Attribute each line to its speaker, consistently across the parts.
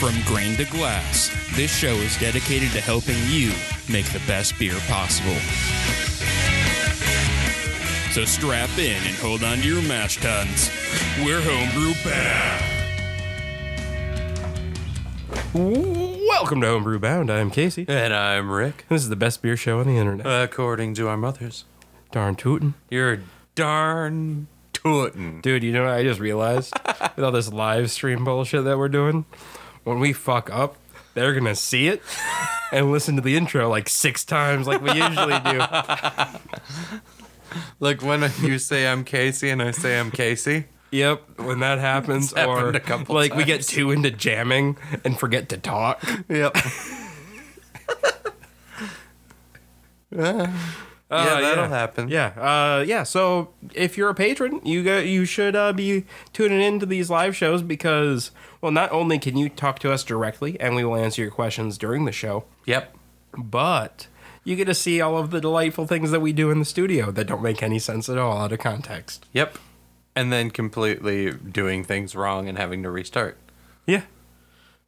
Speaker 1: From grain to glass, this show is dedicated to helping you make the best beer possible. So strap in and hold on to your mash tuns. We're Homebrew Bound.
Speaker 2: Welcome to Homebrew Bound. I'm Casey.
Speaker 3: And I'm Rick.
Speaker 2: This is the best beer show on the internet.
Speaker 3: According to our mothers,
Speaker 2: Darn tootin'.
Speaker 3: you're darn tootin'.
Speaker 2: Dude, you know what I just realized? With all this live stream bullshit that we're doing, when we fuck up, they're going to see it and listen to the intro like six times like we usually do.
Speaker 3: Like when you say I'm Casey and I say I'm Casey,
Speaker 2: Yep, when that happens,
Speaker 3: happened
Speaker 2: or
Speaker 3: a couple
Speaker 2: like we get too into jamming and forget to talk.
Speaker 3: Yep. Ah, yeah, that'll happen.
Speaker 2: Yeah, uh, yeah. So if you're a patron, you go, you should uh, be tuning into these live shows because, well, not only can you talk to us directly and we will answer your questions during the show,
Speaker 3: Yep.
Speaker 2: but you get to see all of the delightful things that we do in the studio that don't make any sense at all out of context.
Speaker 3: Yep. And then completely doing things wrong and having to restart.
Speaker 2: Yeah,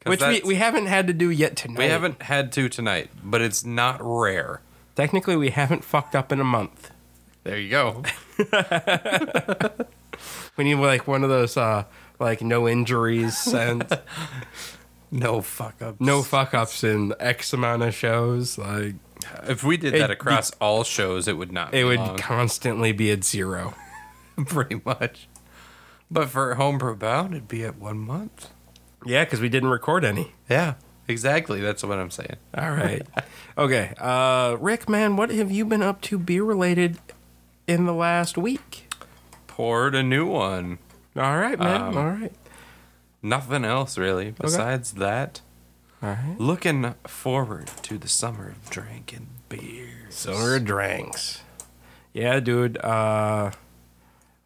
Speaker 3: 'Cause
Speaker 2: which we,
Speaker 3: that's-
Speaker 2: we haven't had to do yet tonight.
Speaker 3: we haven't had to tonight, but it's not rare.
Speaker 2: technically we haven't fucked up in a month.
Speaker 3: There you go.
Speaker 2: We need like one of those uh, like no injuries and
Speaker 3: No fuck ups.
Speaker 2: no fuck ups in X amount of shows like.
Speaker 3: If we did
Speaker 2: It-
Speaker 3: that across all shows, it would not.
Speaker 2: It
Speaker 3: be
Speaker 2: would
Speaker 3: long.
Speaker 2: constantly be at zero.
Speaker 3: pretty much. But for homebrew bound, it'd be at one month.
Speaker 2: Yeah, because we didn't record any.
Speaker 3: Yeah, exactly. That's what I'm saying.
Speaker 2: All right. okay. Uh, Rick, man, what have you been up to beer related in the last week?
Speaker 3: Poured a new one.
Speaker 2: All right, man. all right.
Speaker 3: Nothing else really besides that.
Speaker 2: All right.
Speaker 3: Looking forward to the summer of drinking beer.
Speaker 2: Summer drinks. Yeah, dude. Uh,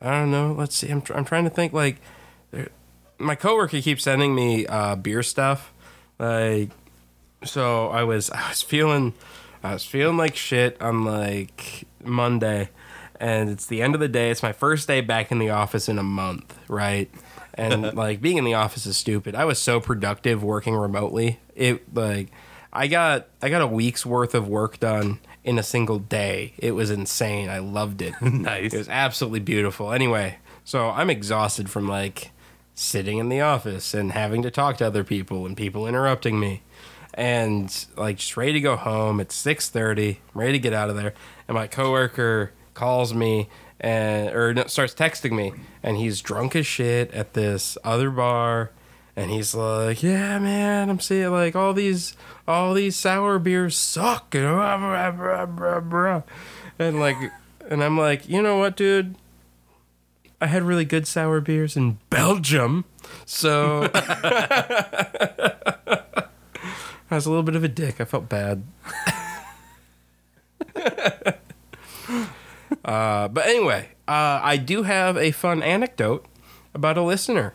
Speaker 2: I don't know. Let's see. I'm, tr- I'm trying to think. Like, there- my coworker keeps sending me uh, beer stuff. Like, so I was I was feeling I was feeling like shit on like Monday, and it's the end of the day. It's my first day back in the office in a month, right? And like being in the office is stupid. I was so productive working remotely. It like I got I got a week's worth of work done in a single day. It was insane. I loved it.
Speaker 3: Nice.
Speaker 2: It was absolutely beautiful. Anyway, so I'm exhausted from like sitting in the office and having to talk to other people and people interrupting me. And like just ready to go home. It's six thirty. I'm ready to get out of there. And my coworker calls me and or no, starts texting me and he's drunk as shit at this other bar and he's like, "Yeah, man, I'm seeing like all these all these sour beers suck," and blah, blah, blah, blah, blah. and like, and I'm like, you know what, dude? I had really good sour beers in Belgium, so I was a little bit of a dick. I felt bad. uh, but anyway, uh, I do have a fun anecdote about a listener.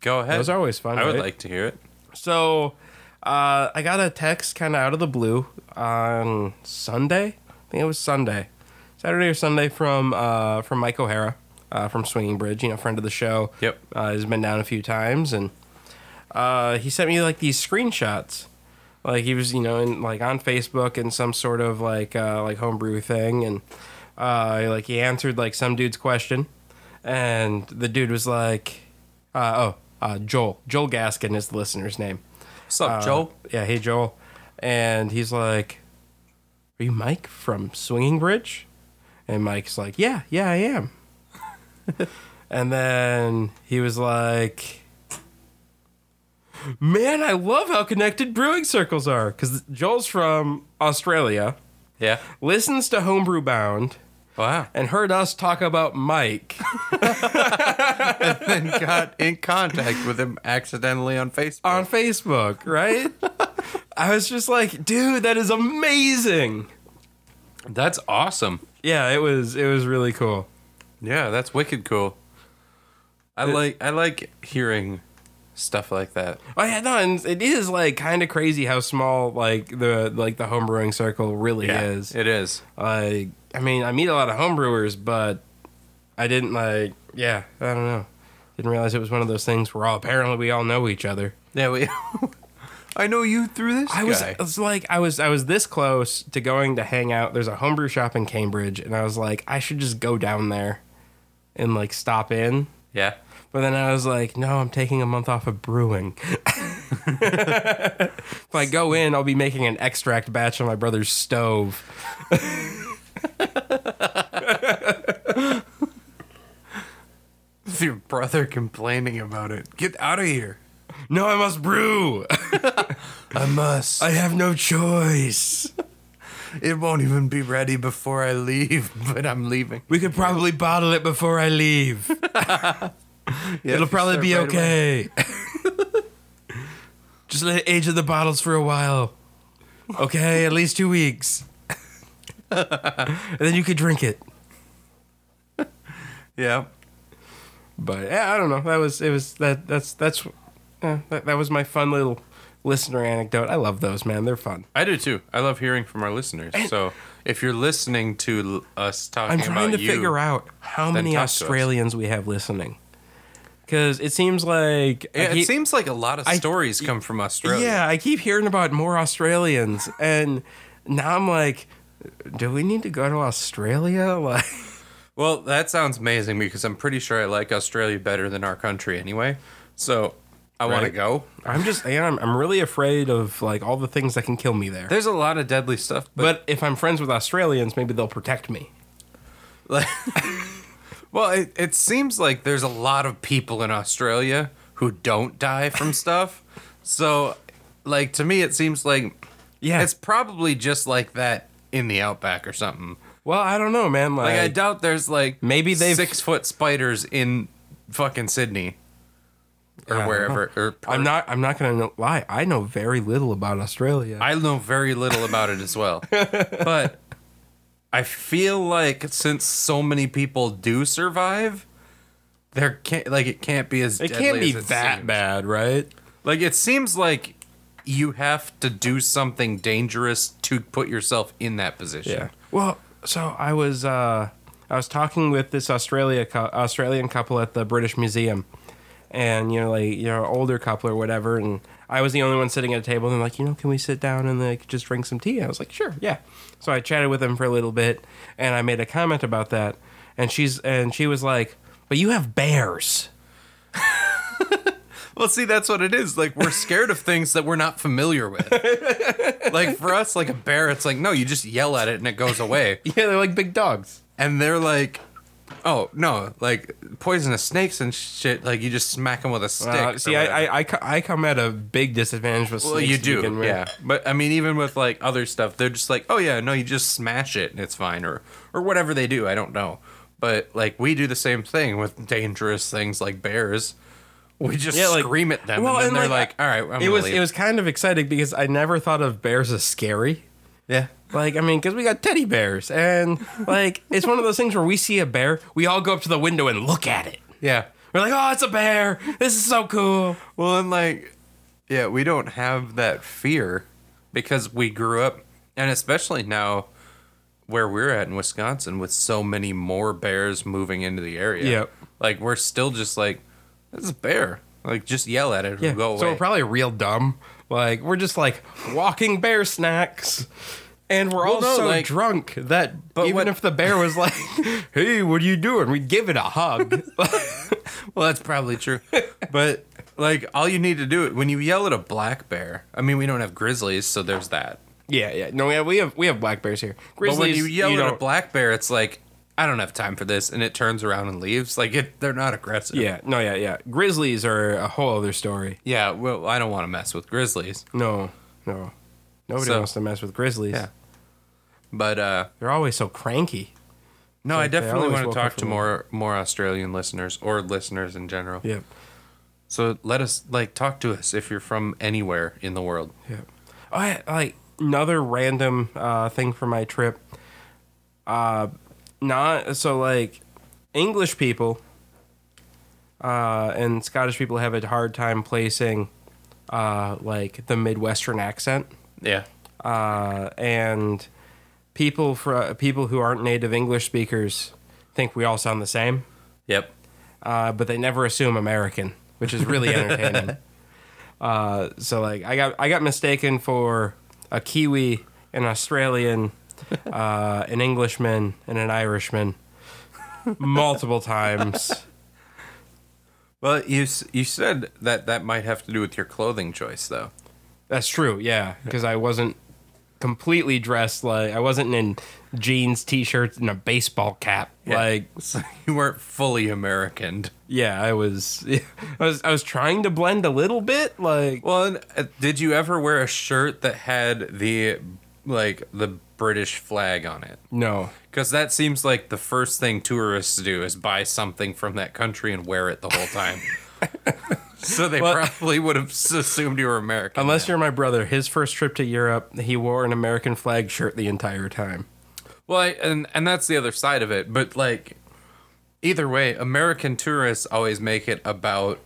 Speaker 3: Go ahead.
Speaker 2: Those are always fun.
Speaker 3: I would
Speaker 2: right?
Speaker 3: like to hear it.
Speaker 2: So, uh, I got a text kind of out of the blue on Sunday. I think it was Sunday, Saturday or Sunday from uh, from Mike O'Hara uh, from Swinging Bridge. You know, friend of the show.
Speaker 3: Yep.
Speaker 2: uh, he's been down a few times, and uh, he sent me like these screenshots. Like he was, you know, in, like on Facebook and some sort of like uh, like homebrew thing, and uh, like he answered like some dude's question, and the dude was like, uh, "Oh, uh, Joel, Joel Gaskin is the listener's name."
Speaker 3: What's up, Joel?
Speaker 2: Yeah, hey Joel. And he's like, Are you Mike from Swinging Bridge? And Mike's like, Yeah, yeah, I am. and then he was like, Man, I love how connected brewing circles are. Because Joel's from Australia,
Speaker 3: Yeah.
Speaker 2: listens to Homebrew Bound,
Speaker 3: Wow.
Speaker 2: and heard us talk about Mike.
Speaker 3: and got in contact with him accidentally on Facebook.
Speaker 2: on Facebook, right? I was just like, dude, that is amazing.
Speaker 3: that's awesome.
Speaker 2: Yeah, it was it was really cool.
Speaker 3: Yeah, that's wicked cool. I like I like hearing stuff like that.
Speaker 2: Oh yeah, no, and it is like kind of crazy how small like the like the homebrewing circle really is.
Speaker 3: It is.
Speaker 2: Like, I mean, I meet a lot of homebrewers, but I didn't like. Yeah, I don't know. Didn't realize it was one of those things where all apparently we all know each other.
Speaker 3: Yeah, we. I know you through this
Speaker 2: I was, I was like, I was, I was this close to going to hang out. There's a homebrew shop in Cambridge, and I was like, I should just go down there, and like stop in.
Speaker 3: yeah.
Speaker 2: But then I was like, no, I'm taking a month off of brewing. if I go in, I'll be making an extract batch on my brother's stove.
Speaker 3: It's your brother complaining about it. Get out of here.
Speaker 2: No, I must brew.
Speaker 3: I must.
Speaker 2: I have no choice.
Speaker 3: it won't even be ready before I leave, but I'm leaving.
Speaker 2: We could probably bottle it before I leave. It'll probably be okay. Just let it age in the bottles for a while. Okay, at least two weeks. and then you could drink it.
Speaker 3: Yeah.
Speaker 2: But yeah, I don't know. That was it was that that's that's uh, that, that was my fun little listener anecdote. I love those, man. They're fun.
Speaker 3: I do too. I love hearing from our listeners. so if you're listening to l- us
Speaker 2: I'm
Speaker 3: talking
Speaker 2: trying
Speaker 3: about
Speaker 2: to
Speaker 3: you,
Speaker 2: figure out how
Speaker 3: then
Speaker 2: many
Speaker 3: talk to us.
Speaker 2: Australians we have listening. Cuz it seems like I
Speaker 3: Yeah, it
Speaker 2: keep-
Speaker 3: seems like a lot of
Speaker 2: I-
Speaker 3: stories come from Australia.
Speaker 2: Yeah, I keep hearing about more Australians, and now I'm like, do we need to go to Australia? Like,
Speaker 3: Well, that sounds amazing because I'm pretty sure I like Australia better than our country anyway. So I want to
Speaker 2: Right.
Speaker 3: go.
Speaker 2: I'm just, yeah, I'm, I'm really afraid of like all the things that can kill me there.
Speaker 3: There's a lot of deadly stuff, but,
Speaker 2: But if I'm friends with Australians, maybe they'll protect me.
Speaker 3: like, well, it, it seems like there's a lot of people in Australia who don't die from stuff. so, like to me, it seems like
Speaker 2: Yeah.
Speaker 3: it's probably just like that in the outback or something.
Speaker 2: well, I don't know, man. Like,
Speaker 3: Like I doubt there's like
Speaker 2: Maybe they've-
Speaker 3: six foot spiders in fucking Sydney
Speaker 2: I
Speaker 3: or
Speaker 2: don't know.
Speaker 3: wherever. Or
Speaker 2: I'm not, I'm not gonna know, lie. I know very little about Australia.
Speaker 3: I know very little about it as well. but I feel like since so many people do survive, there can't like it can't be as
Speaker 2: it
Speaker 3: deadly
Speaker 2: can't be
Speaker 3: as it
Speaker 2: that
Speaker 3: seems.
Speaker 2: bad, right?
Speaker 3: Like it seems like you have to do something dangerous to put yourself in that position.
Speaker 2: Yeah. Well, so I was uh, I was talking with this Australia cou- Australian couple at the British Museum, and you know, like you know, older couple or whatever, and I was the only one sitting at a table. And they're like, you know, can we sit down and like just drink some tea? I was like, sure, yeah. So I chatted with them for a little bit, and I made a comment about that, and she's and she was like, but you have bears.
Speaker 3: Well, see, that's what it is. Like we're scared of things that we're not familiar with. like for us, like a bear, it's like no, you just yell at it and it goes away.
Speaker 2: Yeah, they're like big dogs.
Speaker 3: and they're like, "Oh no, like poisonous snakes and shit. Like you just smack them with a stick."
Speaker 2: Uh, see, I, I, I, co- I come at a big disadvantage with
Speaker 3: well,
Speaker 2: snakes
Speaker 3: you
Speaker 2: to begin
Speaker 3: do,
Speaker 2: with.
Speaker 3: yeah. But I mean, even with like other stuff, they're just like, "Oh yeah, no, you just smash it and it's fine," or or whatever they do. I don't know, but like we do the same thing with dangerous things like bears. We just
Speaker 2: Yeah, like-
Speaker 3: scream at them,
Speaker 2: well,
Speaker 3: and then
Speaker 2: and,
Speaker 3: they're
Speaker 2: like,
Speaker 3: like, "All right, I'm
Speaker 2: it
Speaker 3: gonna
Speaker 2: was
Speaker 3: leave."
Speaker 2: it was kind of exciting because I never thought of bears as scary.
Speaker 3: yeah.
Speaker 2: Like I mean, because we got teddy bears, and like it's one of those things where we see a bear, we all go up to the window and look at it.
Speaker 3: Yeah.
Speaker 2: We're like, oh, it's a bear! This is so cool.
Speaker 3: Well, and like, yeah, we don't have that fear because we grew up, and especially now where we're at in Wisconsin with so many more bears moving into the area.
Speaker 2: Yep.
Speaker 3: Like, we're still just like, that's a bear. Like, just yell at it
Speaker 2: Yeah.
Speaker 3: and go
Speaker 2: So
Speaker 3: away.
Speaker 2: we're probably real dumb. Like we're just like walking bear snacks. And we're all
Speaker 3: no,
Speaker 2: so
Speaker 3: like-
Speaker 2: drunk that
Speaker 3: But
Speaker 2: even
Speaker 3: what-
Speaker 2: if the bear was like, "Hey, what are you doing?" We'd give it a hug.
Speaker 3: well, that's probably true. but, like, all you need to do when you yell at a black bear, I mean, we don't have grizzlies, so there's that.
Speaker 2: yeah, yeah. No, yeah, we have we have black bears here.
Speaker 3: But
Speaker 2: Grizzlies,
Speaker 3: when you yell at a
Speaker 2: don't-
Speaker 3: black bear, it's like, I don't have time for this, and it turns around and leaves. Like, it, they're not aggressive.
Speaker 2: Yeah, no, yeah, yeah. Grizzlies are a whole other story.
Speaker 3: Yeah, well, I don't want to mess with grizzlies.
Speaker 2: No, no. Nobody
Speaker 3: So-
Speaker 2: wants to mess with grizzlies.
Speaker 3: Yeah. But uh
Speaker 2: They're always so cranky.
Speaker 3: no, I
Speaker 2: Like, they
Speaker 3: definitely
Speaker 2: always
Speaker 3: want to
Speaker 2: walk
Speaker 3: talk
Speaker 2: up
Speaker 3: to
Speaker 2: to
Speaker 3: more more Australian listeners or listeners in general.
Speaker 2: Yep.
Speaker 3: So let us like talk to us if you're from anywhere in the world.
Speaker 2: Yep. Oh, yeah, like another random uh, thing for my trip. Uh, not so like English people uh, and Scottish people have a hard time placing uh, like the Midwestern accent.
Speaker 3: Yeah.
Speaker 2: uh, and people for people who aren't native English speakers think we all sound the same.
Speaker 3: Yep.
Speaker 2: uh, but they never assume American, which is really entertaining. uh, so like I got I got mistaken for a Kiwi, an Australian, uh, an Englishman, and an Irishman multiple times.
Speaker 3: Well, you s- you said that that might have to do with your clothing choice, though.
Speaker 2: That's true, yeah, because I wasn't completely dressed like I wasn't in jeans, t-shirts, and a baseball cap.
Speaker 3: Yeah.
Speaker 2: Like,
Speaker 3: So you weren't fully American.
Speaker 2: yeah, I was, I was, I was trying to blend a little bit. Like,
Speaker 3: Well, and, uh, did you ever wear a shirt that had the like the British flag on it?
Speaker 2: no,
Speaker 3: Because that seems like the first thing tourists do is buy something from that country and wear it the whole time. so they probably would have s- assumed you were American.
Speaker 2: Unless you're my brother, his first trip to Europe, he wore an American flag shirt the entire time.
Speaker 3: Well, I, and and that's the other side of it. But like, either way, American tourists always make it about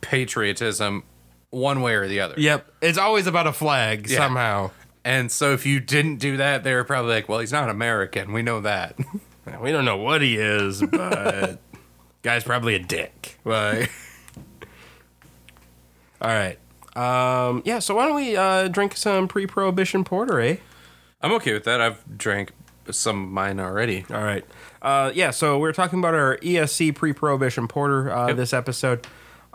Speaker 3: patriotism, one way or the other.
Speaker 2: Yep. It's always about a flag
Speaker 3: Yeah.
Speaker 2: somehow.
Speaker 3: And so if you didn't do that, they were probably like, "Well, he's not American. We know that."
Speaker 2: Now, We don't know what he is, but guy's probably a dick. Like All right. Um, yeah, so why don't we uh, drink some pre-prohibition porter, eh?
Speaker 3: I'm okay with that. I've drank some of mine already.
Speaker 2: All right. Uh, yeah, so we're talking about our E ESC pre prohibition porter uh,
Speaker 3: Yep.
Speaker 2: this episode,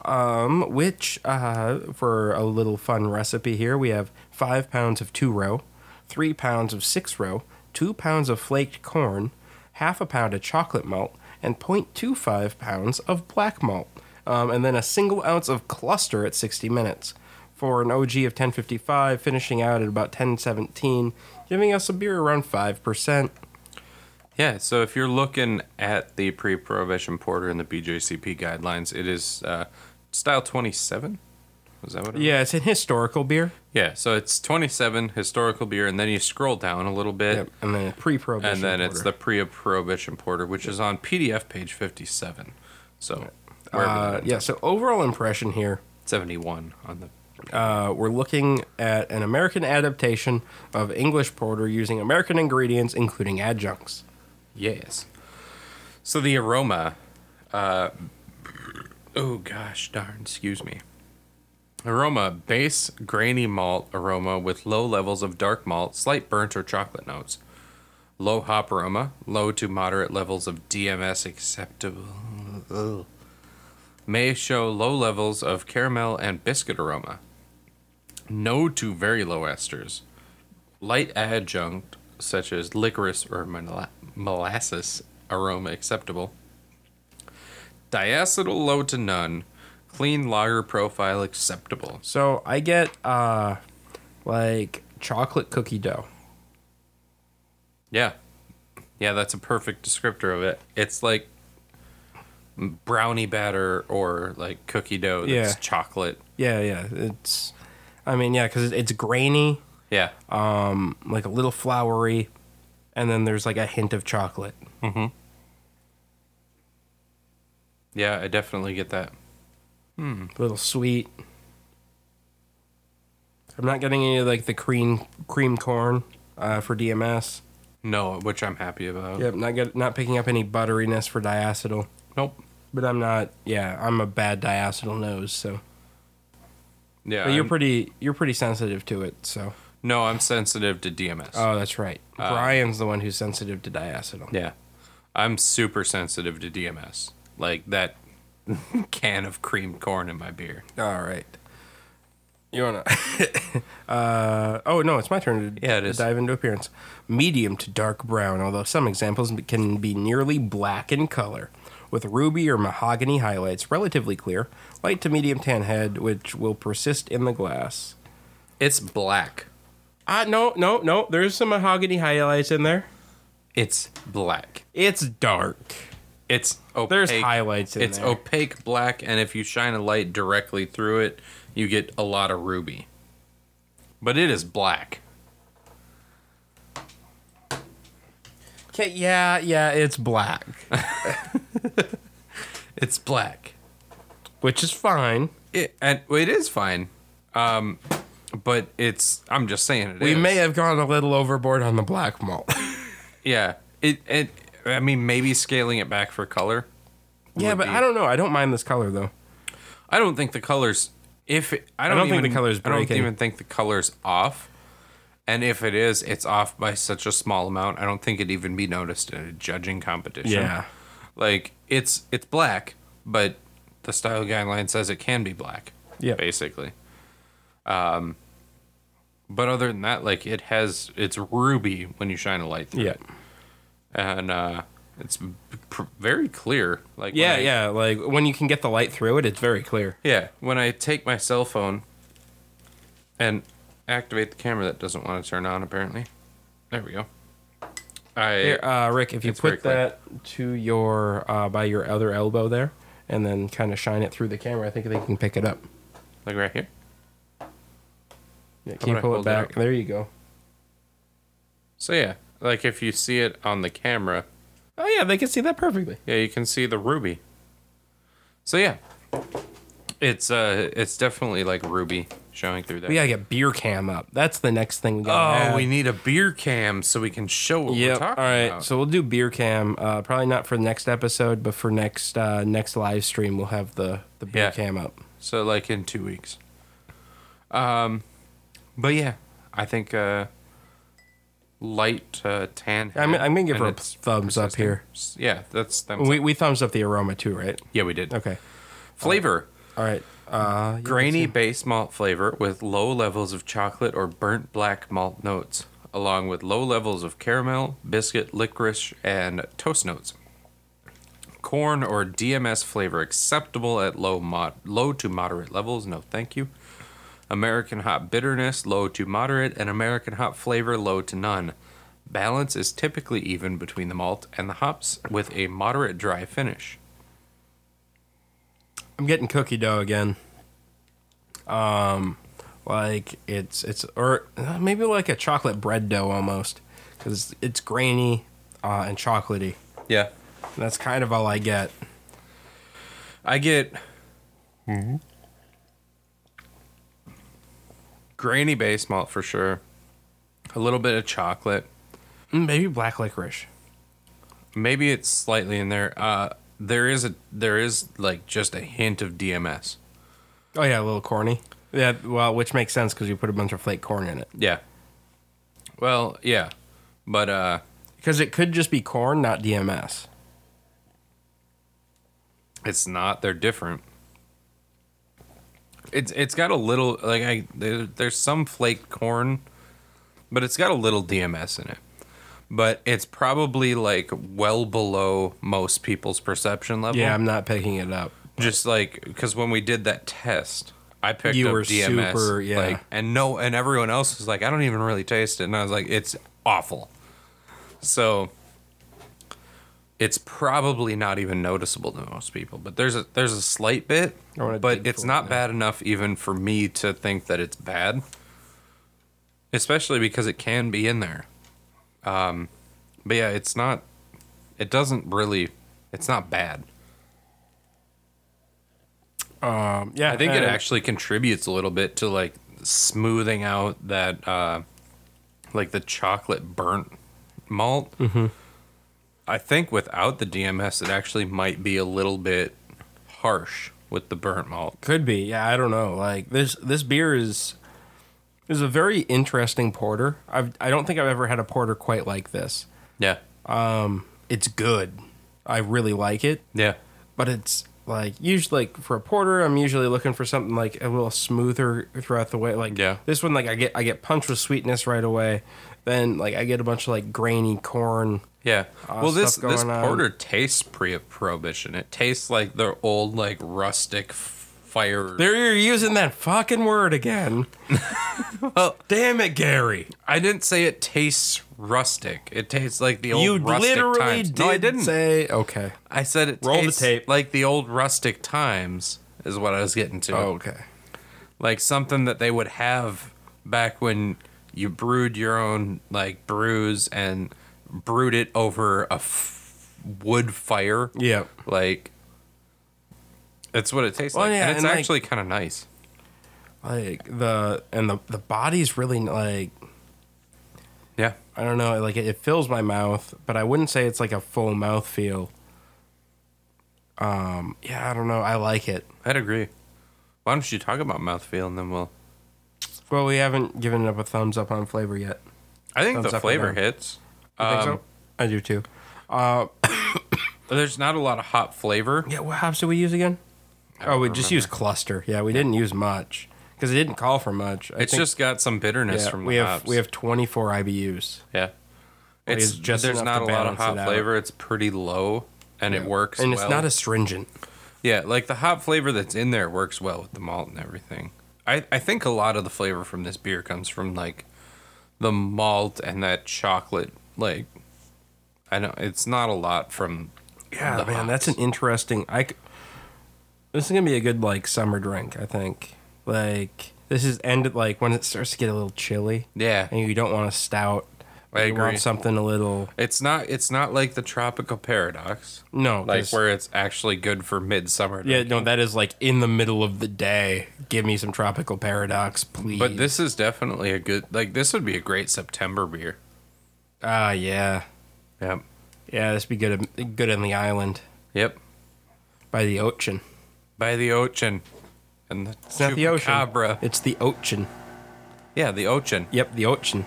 Speaker 2: um, which, uh, for a little fun recipe here, we have five pounds of two row, three pounds of six row, two pounds of flaked corn, half a pound of chocolate malt, and 0.25 pounds of black malt, um, and then a single ounce of cluster at 60 minutes. For an OG of 1055, finishing out at about 1017, giving us a beer around 5%.
Speaker 3: Yeah, so if you're looking at the pre-prohibition porter and the BJCP guidelines, it is uh, style 27. Was that what? It was?
Speaker 2: Yeah, it's an historical beer.
Speaker 3: Yeah. So it's 27 historical beer, and then you scroll down a little bit,
Speaker 2: And then pre-prohibition.
Speaker 3: and then it's the
Speaker 2: order.
Speaker 3: pre-prohibition porter, which is on PDF page 57. So wherever
Speaker 2: uh,
Speaker 3: that is,
Speaker 2: yeah. So overall impression here,
Speaker 3: 71 on the.
Speaker 2: uh, we're looking at an American adaptation of English porter using American ingredients, including adjuncts.
Speaker 3: Yes. So the aroma. Uh, oh gosh, darn! Excuse me. Aroma base grainy malt aroma with low levels of dark malt, slight burnt or chocolate notes. Low hop aroma, low to moderate levels of DMS acceptable. Ugh. May show low levels of caramel and biscuit aroma. No to very low esters. Light adjunct such as licorice or mola- molasses aroma acceptable. Diacetyl low to none. Clean lager profile acceptable.
Speaker 2: So I get uh, like chocolate cookie dough.
Speaker 3: Yeah. Yeah, that's a perfect descriptor of it. It's like brownie batter or like cookie dough that's
Speaker 2: Yeah.
Speaker 3: chocolate.
Speaker 2: Yeah, yeah. It's, I mean, yeah, because it's grainy,
Speaker 3: Yeah.
Speaker 2: like a little floury, and then there's like a hint of chocolate.
Speaker 3: yeah, I definitely get that.
Speaker 2: a little sweet. I'm not getting any of like the cream cream corn uh, for DMS.
Speaker 3: No, which I'm happy about.
Speaker 2: Yep, not get, not picking up any butteriness for diacetyl.
Speaker 3: Nope.
Speaker 2: But I'm not. Yeah, I'm a bad diacetyl nose. So
Speaker 3: Yeah.
Speaker 2: but you're
Speaker 3: I'm-
Speaker 2: pretty you're pretty sensitive to it. So
Speaker 3: no, I'm sensitive to DMS.
Speaker 2: oh, that's right. Brian's the one who's sensitive to diacetyl.
Speaker 3: Yeah. I'm super sensitive to DMS. Like that can of creamed corn in my beer.
Speaker 2: All right. You wanna? uh, oh no, it's my turn to
Speaker 3: Yeah, it
Speaker 2: to
Speaker 3: is.
Speaker 2: dive into appearance. Medium to dark brown, although some examples can be nearly black in color, with ruby or mahogany highlights, relatively clear. Light to medium tan head, which will persist in the glass.
Speaker 3: It's black.
Speaker 2: Ah, no, no, no. There's some mahogany highlights in there.
Speaker 3: It's black.
Speaker 2: It's dark.
Speaker 3: It's opaque.
Speaker 2: There's highlights in
Speaker 3: it's
Speaker 2: there.
Speaker 3: opaque black, and if you shine a light directly through it, you get a lot of ruby. But it is black.
Speaker 2: Okay, yeah, yeah, it's black,
Speaker 3: It's black.
Speaker 2: which is fine.
Speaker 3: It and well, it is fine. Um, but it's I'm just saying it
Speaker 2: We
Speaker 3: is.
Speaker 2: may have gone a little overboard on the black malt.
Speaker 3: yeah. It it I mean maybe scaling it back for color.
Speaker 2: Yeah,
Speaker 3: would
Speaker 2: but
Speaker 3: be.
Speaker 2: I don't know. I don't mind this color though.
Speaker 3: I don't think the colors. If it- I don't,
Speaker 2: don't think
Speaker 3: even-
Speaker 2: the color's
Speaker 3: I don't
Speaker 2: breaking.
Speaker 3: even think the colors off. And if it is, it's off by such a small amount. I don't think it'd even be noticed in a judging competition.
Speaker 2: Yeah.
Speaker 3: like it's it's black, but the style guideline says it can be black.
Speaker 2: Yeah.
Speaker 3: basically. Um, but other than that, like it has it's ruby when you shine a light through
Speaker 2: Yeah.
Speaker 3: it, and uh, it's pr- very clear. Like when
Speaker 2: Yeah,
Speaker 3: I-
Speaker 2: yeah. Like when you can get the light through it, it's very clear.
Speaker 3: yeah, when I take my cell phone and activate the camera that doesn't want to turn on, apparently. There we go. I
Speaker 2: Here, uh, Rick, if you
Speaker 3: It's very
Speaker 2: put
Speaker 3: clear.
Speaker 2: that to your uh, by your other elbow there, and then kind of shine it through the camera, I think they can pick it up.
Speaker 3: like right here.
Speaker 2: Yeah, can you
Speaker 3: about I
Speaker 2: pull it
Speaker 3: hold it
Speaker 2: back?
Speaker 3: up?
Speaker 2: there you go.
Speaker 3: So yeah, like if you see it on the camera,
Speaker 2: Oh yeah, they can see that perfectly.
Speaker 3: yeah, you can see the ruby. So yeah, it's uh, it's definitely like ruby showing through there.
Speaker 2: We gotta get beer cam up. That's the next thing we
Speaker 3: Oh,
Speaker 2: gotta. add.
Speaker 3: we need a beer cam so we can show what we're
Speaker 2: Yep. All
Speaker 3: talking
Speaker 2: right.
Speaker 3: about.
Speaker 2: So we'll do beer cam. Uh, probably not for the next episode, but for next uh, next live stream, we'll have the the beer
Speaker 3: Yeah.
Speaker 2: cam up.
Speaker 3: So like in two weeks. Um, but yeah, I think uh, light uh, tan.
Speaker 2: I'm, I'm gonna give
Speaker 3: and
Speaker 2: her a
Speaker 3: it's-
Speaker 2: thumbs up here.
Speaker 3: Yeah, that's thumbs
Speaker 2: We we thumbs up the aroma too, right?
Speaker 3: up. yeah we did.
Speaker 2: Okay.
Speaker 3: Flavor:
Speaker 2: All right. Uh, yeah,
Speaker 3: grainy base malt flavor with low levels of chocolate or burnt black malt notes, along with low levels of caramel, biscuit, licorice, and toast notes. Corn or DMS flavor acceptable at low mod low to moderate levels. No, thank you. American hop bitterness, low to moderate, and American hop flavor, low to none. Balance is typically even between the malt and the hops, with a moderate dry finish.
Speaker 2: I'm getting cookie dough again. Um, like it's it's or uh, maybe like a chocolate bread dough almost, because it's grainy uh, and chocolatey.
Speaker 3: Yeah,
Speaker 2: That's kind of all I get.
Speaker 3: I get grainy base malt for sure. A little bit of chocolate.
Speaker 2: Mm, Maybe black licorice.
Speaker 3: Maybe it's slightly in there. Uh, there is a there is like just a hint of DMS.
Speaker 2: Oh yeah, a little corny. Yeah, well, which makes sense because you put a bunch of flake corn in it.
Speaker 3: Yeah. Well, yeah, but uh,
Speaker 2: Because it could just be corn, not DMS.
Speaker 3: it's not. They're different. It's it's got a little like I there, there's some flaked corn, but it's got a little DMS in it. But it's probably like well below most people's perception level.
Speaker 2: Yeah, I'm not picking it up.
Speaker 3: just like because when we did that test, I picked
Speaker 2: You
Speaker 3: up
Speaker 2: were
Speaker 3: DMS,
Speaker 2: super- yeah.
Speaker 3: like, and no, and everyone else was like, I don't even really taste it, and I was like, it's awful. So it's probably not even noticeable to most people, but there's a there's a slight bit,
Speaker 2: I wanna
Speaker 3: but
Speaker 2: dig
Speaker 3: it's
Speaker 2: for it
Speaker 3: not
Speaker 2: now.
Speaker 3: bad enough even for me to think that it's bad, especially because it can be in there. Um, but yeah, it's not. It doesn't really. It's not bad.
Speaker 2: Um, yeah,
Speaker 3: I think it
Speaker 2: and-
Speaker 3: actually contributes a little bit to like smoothing out that uh like the chocolate burnt malt. Mm-hmm. I think without the DMS, it actually might be a little bit harsh with the burnt malt.
Speaker 2: Could be. Yeah, I don't know. Like this this beer is is a very interesting porter. I've I don't think I've ever had a porter quite like this.
Speaker 3: Yeah,
Speaker 2: It's good. I really like it,
Speaker 3: yeah,
Speaker 2: but it's like usually like for a porter, I'm usually looking for something like a little smoother throughout the way. Like
Speaker 3: Yeah.
Speaker 2: this one, like I get I get punched with sweetness right away. Then like I get a bunch of like grainy corn.
Speaker 3: yeah. well, this
Speaker 2: Uh, stuff
Speaker 3: this
Speaker 2: going on.
Speaker 3: porter tastes pre-prohibition. It tastes like the old like rustic f- fire.
Speaker 2: There you're using that fucking word again. well, damn it, Gary.
Speaker 3: I didn't say it tastes rustic. It tastes like the old
Speaker 2: You
Speaker 3: rustic
Speaker 2: literally
Speaker 3: times.
Speaker 2: did
Speaker 3: no, I didn't.
Speaker 2: say okay.
Speaker 3: I said it
Speaker 2: Roll the
Speaker 3: tastes
Speaker 2: tape.
Speaker 3: like the old rustic times is what I was getting to.
Speaker 2: Oh, Okay.
Speaker 3: Like something that they would have back when you brewed your own like brews and brewed it over a f- wood fire.
Speaker 2: Yeah.
Speaker 3: Like that's what it tastes
Speaker 2: Well,
Speaker 3: like.
Speaker 2: yeah,
Speaker 3: and it's
Speaker 2: and, like-
Speaker 3: actually kind of nice.
Speaker 2: like the and the the body's really like
Speaker 3: Yeah.
Speaker 2: I don't know like it, it fills my mouth, but I wouldn't say it's like a full mouth feel. Um, yeah, I don't know. I like it.
Speaker 3: I'd agree. Why don't you talk about mouthfeel and then we'll.
Speaker 2: Well, we haven't given it up a thumbs up on flavor yet.
Speaker 3: I think
Speaker 2: Thumbs up
Speaker 3: the
Speaker 2: or
Speaker 3: flavor
Speaker 2: down?
Speaker 3: hits.
Speaker 2: You
Speaker 3: Um,
Speaker 2: think so? I do too.
Speaker 3: There's not a lot of hop flavor.
Speaker 2: Yeah, what hops did we use again? Oh, we just
Speaker 3: remember.
Speaker 2: used cluster. Yeah, we didn't use much because it didn't call for much. I
Speaker 3: It's
Speaker 2: think-
Speaker 3: just got some bitterness
Speaker 2: yeah,
Speaker 3: from the
Speaker 2: we have
Speaker 3: hops.
Speaker 2: we have 24 IBUs.
Speaker 3: yeah. It's,
Speaker 2: it's just
Speaker 3: there's
Speaker 2: enough
Speaker 3: not
Speaker 2: to
Speaker 3: a lot of
Speaker 2: balance it
Speaker 3: hop
Speaker 2: out.
Speaker 3: flavor. It's pretty low, and it works.
Speaker 2: and
Speaker 3: well.
Speaker 2: it's not astringent.
Speaker 3: Yeah, like the hop flavor that's in there works well with the malt and everything. I, I think a lot of the flavor from this beer comes from like the malt and that chocolate. Like, I don't. It's not a lot from.
Speaker 2: Yeah,
Speaker 3: the
Speaker 2: man,
Speaker 3: hops.
Speaker 2: that's an interesting. I c- this is gonna be a good like summer drink. I think like this is ended like when it starts to get a little chilly
Speaker 3: yeah.
Speaker 2: and you don't want a stout.
Speaker 3: I
Speaker 2: you
Speaker 3: agree.
Speaker 2: want something a little
Speaker 3: It's not. It's not like the tropical paradox,
Speaker 2: no
Speaker 3: like
Speaker 2: 'cause-
Speaker 3: where it's actually good for midsummer.
Speaker 2: yeah no that is like in the middle of the day. Give me some tropical paradox, please.
Speaker 3: But this is definitely a good. Like this would be a great September beer.
Speaker 2: ah yeah
Speaker 3: Yep.
Speaker 2: yeah this be good um, good in the island
Speaker 3: Yep.
Speaker 2: by the ocean.
Speaker 3: By the ocean, and the
Speaker 2: It's not the ocean.
Speaker 3: chupacabra.
Speaker 2: It's the ocean.
Speaker 3: Yeah, the ocean
Speaker 2: Yep, the ocean.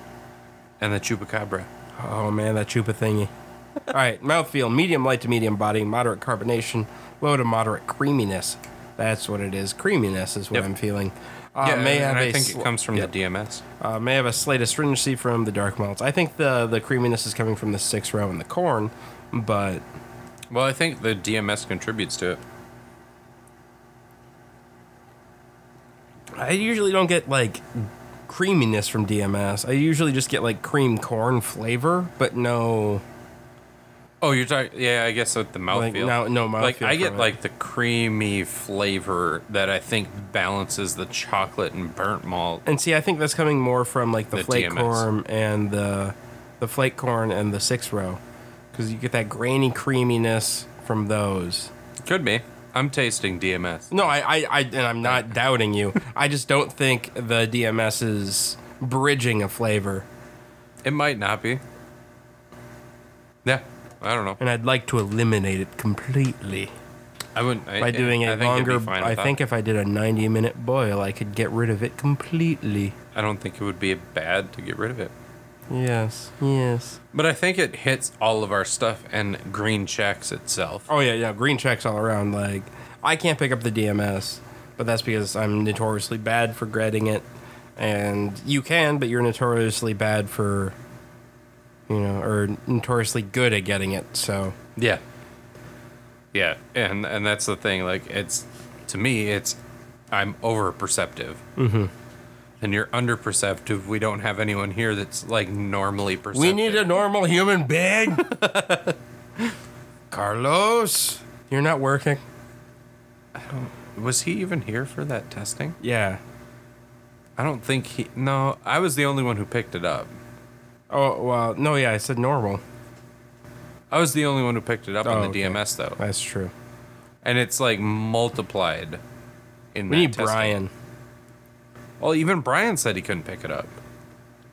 Speaker 3: and the chupacabra.
Speaker 2: Oh man, that chupa thingy. All right, mouthfeel medium light to medium body, moderate carbonation, low to moderate creaminess. That's what it is. Creaminess is what
Speaker 3: Yep.
Speaker 2: I'm feeling. Uh,
Speaker 3: yeah,
Speaker 2: may
Speaker 3: and
Speaker 2: have
Speaker 3: I
Speaker 2: a
Speaker 3: think
Speaker 2: sl-
Speaker 3: it comes from
Speaker 2: Yep.
Speaker 3: the DMS.
Speaker 2: Uh, may have a slight astringency from the dark malts. I think the the creaminess is coming from the six row and the corn, but
Speaker 3: Well, I think the DMS contributes to it.
Speaker 2: I usually don't get like creaminess from DMS. I usually just get like cream corn flavor, but no.
Speaker 3: Oh, you're talking. Yeah, I guess with the mouthfeel.
Speaker 2: Like, no- no
Speaker 3: Like
Speaker 2: mouthfeel
Speaker 3: I get
Speaker 2: from it.
Speaker 3: like the creamy flavor that I think balances the chocolate and burnt malt.
Speaker 2: And see, I think that's coming more from like the,
Speaker 3: The
Speaker 2: flake
Speaker 3: TMS.
Speaker 2: corn and the the flake corn and the six row, because you get that grainy creaminess from those.
Speaker 3: Could be. I'm tasting DMS.
Speaker 2: No, I, I, I and I'm not doubting you. I just don't think the DMS is bridging a flavor,
Speaker 3: It might not be. Yeah, I don't know.
Speaker 2: and I'd like to eliminate it completely
Speaker 3: I wouldn't. I,
Speaker 2: by doing
Speaker 3: I
Speaker 2: a
Speaker 3: think it'd be
Speaker 2: longer.
Speaker 3: fine
Speaker 2: I
Speaker 3: without
Speaker 2: think
Speaker 3: it.
Speaker 2: if I did a 90 minute boil, I could get rid of it completely.
Speaker 3: I don't think it would be bad to get rid of it.
Speaker 2: Yes, yes.
Speaker 3: But I think it hits all of our stuff and green checks itself.
Speaker 2: Oh yeah, yeah, green checks all around. Like I can't pick up the DMS, but that's because I'm notoriously bad for grading it, and you can, but you're notoriously bad for, you know, or notoriously good at getting it. So
Speaker 3: Yeah. Yeah, and and that's the thing. Like it's to me, it's I'm over perceptive. Mm-hmm. And you're under perceptive. We don't have anyone here that's like normally perceptive.
Speaker 2: we need a normal human being. Carlos, you're not working.
Speaker 3: Was he even here for that testing?
Speaker 2: Yeah.
Speaker 3: I don't think he. No, I was the only one who picked it up.
Speaker 2: Oh well, no, yeah, I said normal.
Speaker 3: I was the only one who picked it up
Speaker 2: Oh,
Speaker 3: on the
Speaker 2: okay.
Speaker 3: DMS though,
Speaker 2: That's true.
Speaker 3: and it's like multiplied. In
Speaker 2: We
Speaker 3: that
Speaker 2: need
Speaker 3: testing.
Speaker 2: Brian.
Speaker 3: Well, even Brian said he couldn't pick it up.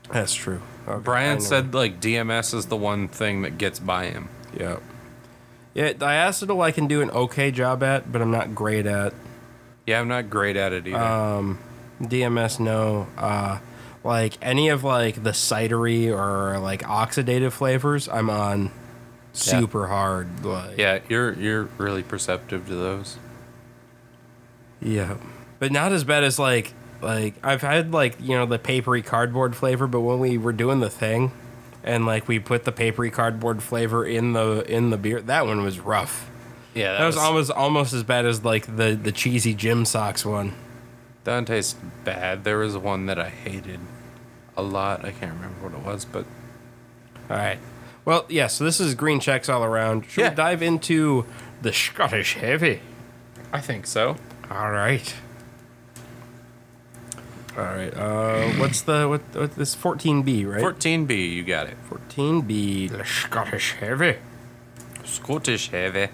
Speaker 2: That's true. Okay, I
Speaker 3: Brian
Speaker 2: know.
Speaker 3: said like DMS is the one thing that gets by him.
Speaker 2: Yeah. Yeah, diacetyl I can do an okay job at, but I'm not great at.
Speaker 3: Yeah, I'm not great at it either.
Speaker 2: Uh, DMS, no. Uh, like any of like the cidery or like oxidative flavors, I'm on super hard. Like,
Speaker 3: yeah, you're you're really perceptive to those.
Speaker 2: Yeah. But not as bad as like like I've had like, you know, the papery cardboard flavor, but when we were doing the thing and like we put the papery cardboard flavor in the in the beer, that one was rough.
Speaker 3: Yeah,
Speaker 2: That was almost almost as bad as like the the cheesy gym socks one.
Speaker 3: that one tastes bad. There was one that I hated a lot. I can't remember what it was, but
Speaker 2: All right. Well, yeah, so this is green checks all around. Should
Speaker 3: Yeah.
Speaker 2: we dive into the Scottish Heavy?
Speaker 3: I think so.
Speaker 2: All right. All right. Uh, what's the what, what this 14B, right?
Speaker 3: Fourteen B, you got it.
Speaker 2: 14B, the Scottish Heavy.
Speaker 3: Scottish heavy.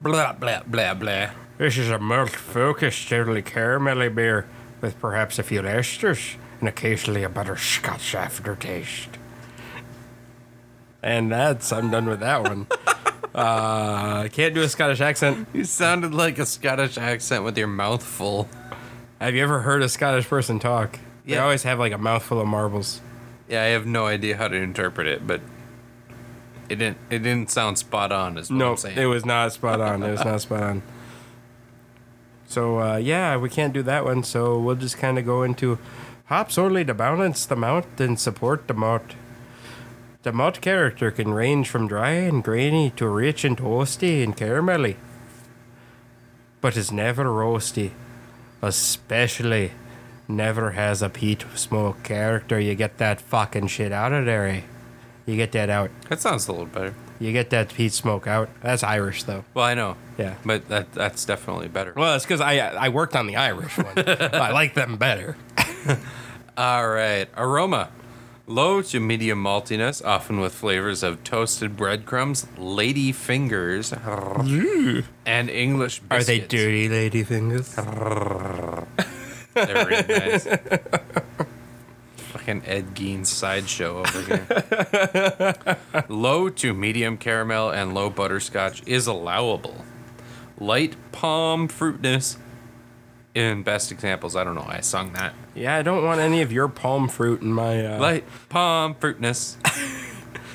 Speaker 3: Blah blah blah blah.
Speaker 2: This is a malt focused, totally caramelly beer with perhaps a few esters and occasionally a butterscotch aftertaste. And that's I'm done with that one. Uh, I can't do a Scottish accent.
Speaker 3: You sounded like a Scottish accent with your mouth full.
Speaker 2: Have you ever heard a Scottish person talk? They
Speaker 3: Yeah.
Speaker 2: always have like a mouthful of marbles.
Speaker 3: Yeah, I have no idea how to interpret it, but it didn't it didn't sound spot on is what
Speaker 2: No,
Speaker 3: I'm saying.
Speaker 2: it was not spot on. It was not spot on. So uh, yeah, we can't do that one. So we'll just kind of go into hops only to balance the mount and support the malt. The malt character can range from dry and grainy to rich and toasty and caramelly, but is never roasty. Especially, never has a peat smoke character. You get that fucking shit out of there. Eh? You get that out.
Speaker 3: that sounds a little better.
Speaker 2: You get that peat smoke out. That's Irish though.
Speaker 3: Well, I know.
Speaker 2: Yeah.
Speaker 3: But that that's definitely better.
Speaker 2: Well, it's because I I worked on the Irish one. I like them better.
Speaker 3: All right. Aroma. Low to medium maltiness, often with flavors of toasted breadcrumbs, lady fingers, and English biscuits.
Speaker 2: lady fingers?
Speaker 3: They're really nice. Fucking Ed Gein's sideshow over here. low to medium caramel and low butterscotch is allowable. Light palm fruitness in best examples. I don't know. I sung that.
Speaker 2: Yeah, I don't want any of your palm fruit in my. Uh,
Speaker 3: Light palm fruitness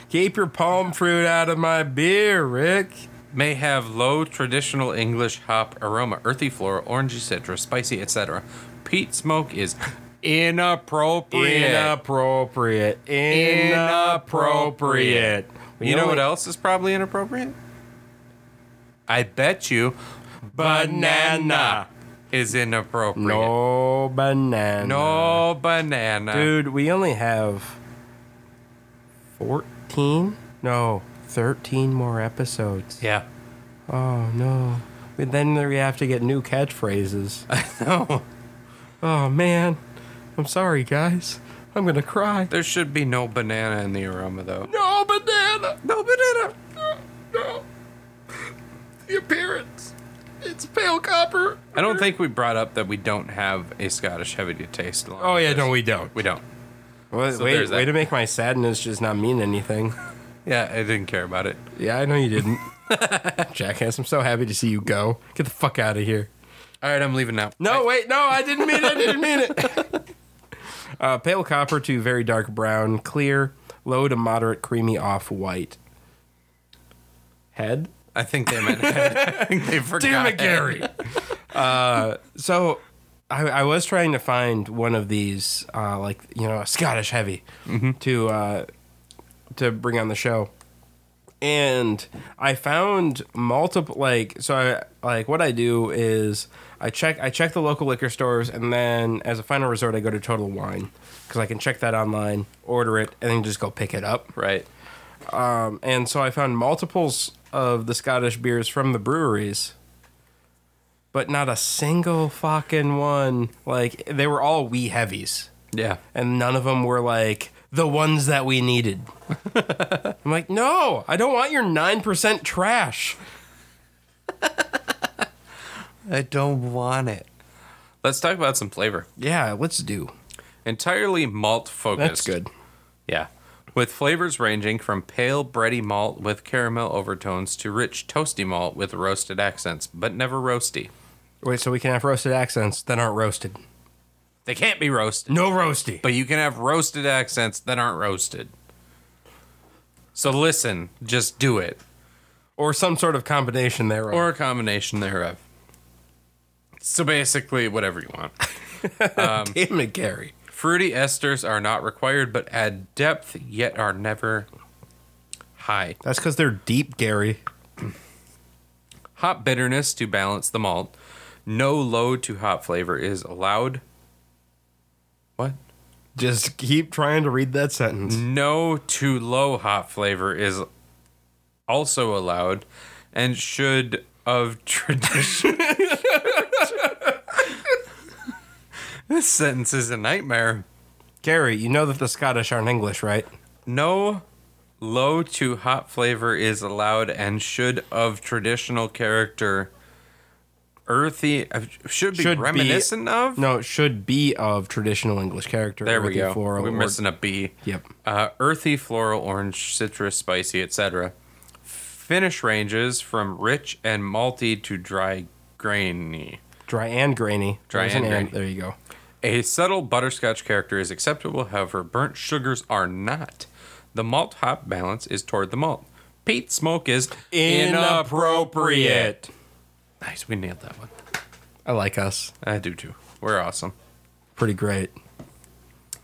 Speaker 2: keep your palm fruit out of my beer, Rick.
Speaker 3: may have low traditional English hop aroma, earthy floral, orangey citrus, spicy, etc. Peat smoke is inappropriate.
Speaker 2: Inappropriate.
Speaker 3: Inappropriate.
Speaker 2: Inappropriate.
Speaker 3: You know what else is probably inappropriate? I bet you banana is inappropriate.
Speaker 2: No banana.
Speaker 3: No banana.
Speaker 2: Dude, we only have 14? No, 13 more episodes.
Speaker 3: Yeah.
Speaker 2: Oh, no. But then we have to get new catchphrases.
Speaker 3: No.
Speaker 2: oh, man. I'm sorry, guys. I'm going to cry.
Speaker 3: There should be no banana in the aroma though.
Speaker 2: No banana.
Speaker 3: No banana.
Speaker 2: No. The appearance. It's pale copper.
Speaker 3: I don't think we brought up that we don't have a Scottish heavy to taste. along
Speaker 2: Oh,
Speaker 3: with
Speaker 2: yeah,
Speaker 3: this.
Speaker 2: no, we don't.
Speaker 3: We don't.
Speaker 2: Wait,
Speaker 3: So
Speaker 2: wait,
Speaker 3: there's that.
Speaker 2: way to make my sadness just not mean anything.
Speaker 3: Yeah, I didn't care about it.
Speaker 2: Yeah, I know you didn't. Jackass, I'm so happy to see you go. Get the fuck out of here.
Speaker 3: All right, I'm leaving now.
Speaker 2: No, wait, no, I didn't mean it. I didn't mean it. Uh, pale copper to very dark brown, clear, low to moderate, creamy, off white. Head.
Speaker 3: I think they meant. I think they forgot.
Speaker 2: uh, so I, I was trying to find one of these, uh, like you know, a Scottish heavy to uh, to bring on the show, and I found multiple like so. I like what I do is I check I check the local liquor stores, and then as a final resort, I go to Total Wine because I can check that online, order it, and then just go pick it up.
Speaker 3: Right.
Speaker 2: Um, and so I found multiples of the Scottish beers from the breweries, but not a single fucking one. Like they were all wee heavies,
Speaker 3: Yeah.
Speaker 2: and none of them were like the ones that we needed. I'm like, no, I don't want your nine percent trash.
Speaker 3: I don't want it. Let's talk about some flavor.
Speaker 2: Yeah, let's do.
Speaker 3: Entirely malt focused.
Speaker 2: That's good.
Speaker 3: Yeah. With flavors ranging from pale bready malt with caramel overtones to rich toasty malt with roasted accents, but never roasty.
Speaker 2: Wait, so we can have roasted accents that aren't roasted.
Speaker 3: They can't be roasted,
Speaker 2: No roasty.
Speaker 3: but you can have roasted accents that aren't roasted. So listen, just do it.
Speaker 2: Or some sort of combination thereof.
Speaker 3: or a combination thereof. So basically, whatever you want.
Speaker 2: damn it, Gary.
Speaker 3: Fruity esters are not required, but add depth, yet are never high.
Speaker 2: That's because they're deep, Gary.
Speaker 3: Hop bitterness to balance the malt. No low to hop flavor is allowed. What?
Speaker 2: Just keep trying to read that sentence.
Speaker 3: No too low hop flavor is also allowed and should of tradition. this sentence is a nightmare.
Speaker 2: Gary, you know that the Scottish aren't English, right?
Speaker 3: No low to hop flavor is allowed and should of traditional character. Earthy uh, should be
Speaker 2: Should be-
Speaker 3: reminiscent of.
Speaker 2: No, it should be of traditional English character.
Speaker 3: there we
Speaker 2: earthy,
Speaker 3: go.
Speaker 2: floral,
Speaker 3: We're
Speaker 2: or-
Speaker 3: missing a B.
Speaker 2: Yep.
Speaker 3: Uh, earthy, floral, orange, citrus, spicy, etc. finish ranges from rich and malty to dry grainy.
Speaker 2: Dry and grainy.
Speaker 3: Dry
Speaker 2: There's an
Speaker 3: and
Speaker 2: and.
Speaker 3: grainy.
Speaker 2: There you go.
Speaker 3: A subtle butterscotch character is acceptable, however, burnt sugars are not. The malt hop balance is toward the malt. Peat smoke is inappropriate. Nice, we nailed that one.
Speaker 2: I like us.
Speaker 3: I do too. We're awesome.
Speaker 2: Pretty great.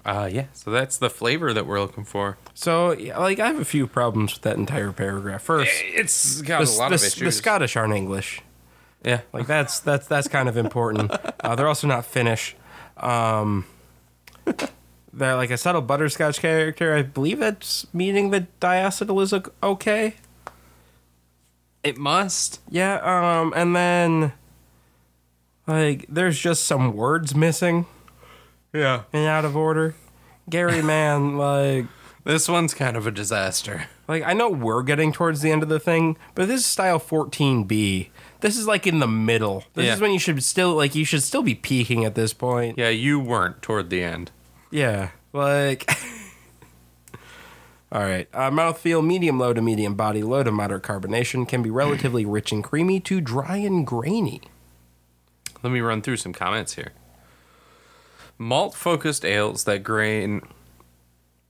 Speaker 3: Uh yeah, so that's the flavor that we're looking for.
Speaker 2: So, yeah, like, I have a few problems with that entire paragraph. First,
Speaker 3: It's got
Speaker 2: the,
Speaker 3: a lot
Speaker 2: the,
Speaker 3: of
Speaker 2: the
Speaker 3: issues.
Speaker 2: Scottish aren't English.
Speaker 3: yeah,
Speaker 2: Like that's that's that's kind of important. Uh, they're also not Finnish. Um, they're like a subtle butterscotch character. I believe that's meaning that diacetyl is o- okay.
Speaker 3: it must.
Speaker 2: Yeah. Um, and then like there's just some words missing
Speaker 3: Yeah,
Speaker 2: and out of order. Gary, man, like
Speaker 3: this one's kind of a disaster.
Speaker 2: like I know we're getting towards the end of the thing, but this is style 14B. This is like in the middle. This
Speaker 3: Yeah.
Speaker 2: is when you should still like you should still be peaking at this point.
Speaker 3: Yeah, you weren't toward the end.
Speaker 2: Yeah, like. All right. Uh, mouthfeel medium low to medium body low to moderate carbonation can be relatively rich and creamy to dry and grainy.
Speaker 3: Let me run through some comments here. Malt focused ales that grain.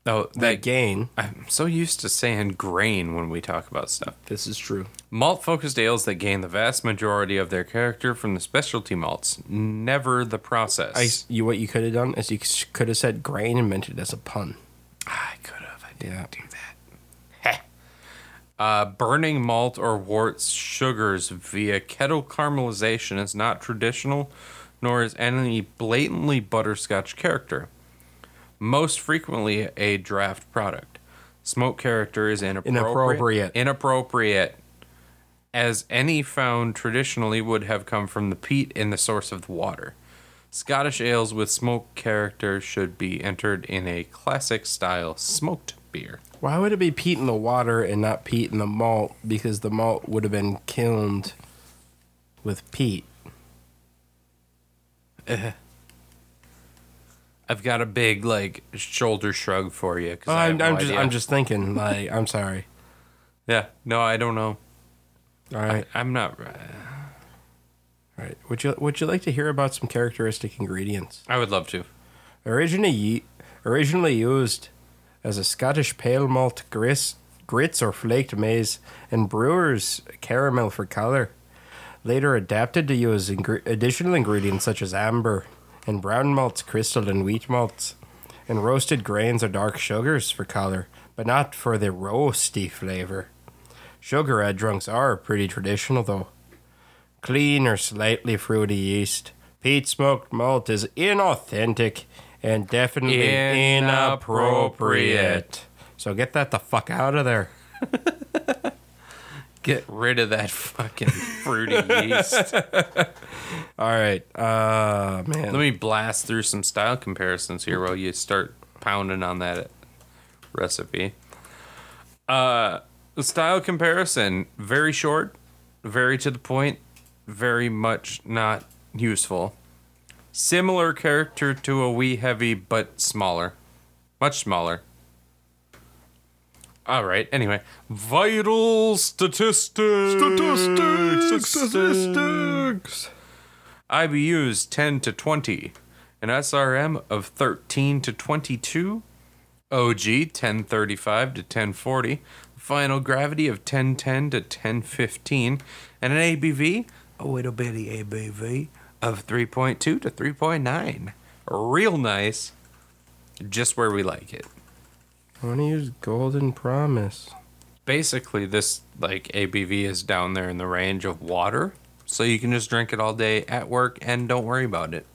Speaker 3: Oh,
Speaker 2: That
Speaker 3: that
Speaker 2: gain.
Speaker 3: I'm so used to saying grain when we talk about stuff.
Speaker 2: This is true.
Speaker 3: Malt focused ales that gain the vast majority of their character from the specialty malts, never the process.
Speaker 2: I s- you what you could have done is you could have said grain and meant it as a pun.
Speaker 3: I could have. I didn't
Speaker 2: Yeah.
Speaker 3: do that. Uh, burning malt or warts sugars via kettle caramelization is not traditional, nor is any blatantly butterscotch character. Most frequently, a draft product. Smoke character is inappropriate.
Speaker 2: Inappropriate.
Speaker 3: Inappropriate, as any found traditionally would have come from the peat in the source of the water. Scottish ales with smoke character should be entered in a classic style smoked beer.
Speaker 2: Why would it be peat in the water and not peat in the malt? Because the malt would have been kilned with peat.
Speaker 3: I've got a big like shoulder shrug for you. 'cause I have
Speaker 2: Oh, I'm,
Speaker 3: no
Speaker 2: I'm just
Speaker 3: idea.
Speaker 2: I'm just thinking. Like I'm sorry.
Speaker 3: yeah. No, I don't know.
Speaker 2: All right.
Speaker 3: I'm not.
Speaker 2: All right. Would you Would you like to hear about some characteristic ingredients?
Speaker 3: I would love to.
Speaker 2: Originally, originally used as a Scottish pale malt grist, grits or flaked maize, and brewers caramel for color. Later adapted to use ingre- additional ingredients such as amber and brown malts, crystal and wheat malts, and roasted grains or dark sugars for color, but not for the roasty flavor. Sugar adjuncts are pretty traditional though clean or slightly fruity yeast. Peat smoked malt is inauthentic and definitely
Speaker 3: Inappropriate.
Speaker 2: inappropriate. So get that the fuck out of there.
Speaker 3: Get rid of that fucking fruity yeast.
Speaker 2: All right. Uh man.
Speaker 3: Let me blast through some style comparisons here while you start pounding on that recipe. Uh, style comparison very short, very to the point, very much not useful. Similar character to a wee heavy, but smaller. Much smaller. All right. Anyway, vital statistics. Statistics. Statistics. IBUs 10 to 20, an SRM of 13 to 22, OG 1035 to 1040, final gravity of 1010 to 1015, and an ABV, a little bitty ABV, of 3.2 to 3.9. Real nice, just where we like it.
Speaker 2: I want to use Golden Promise.
Speaker 3: Basically, this like ABV is down there in the range of water, so you can just drink it all day at work and don't worry about it.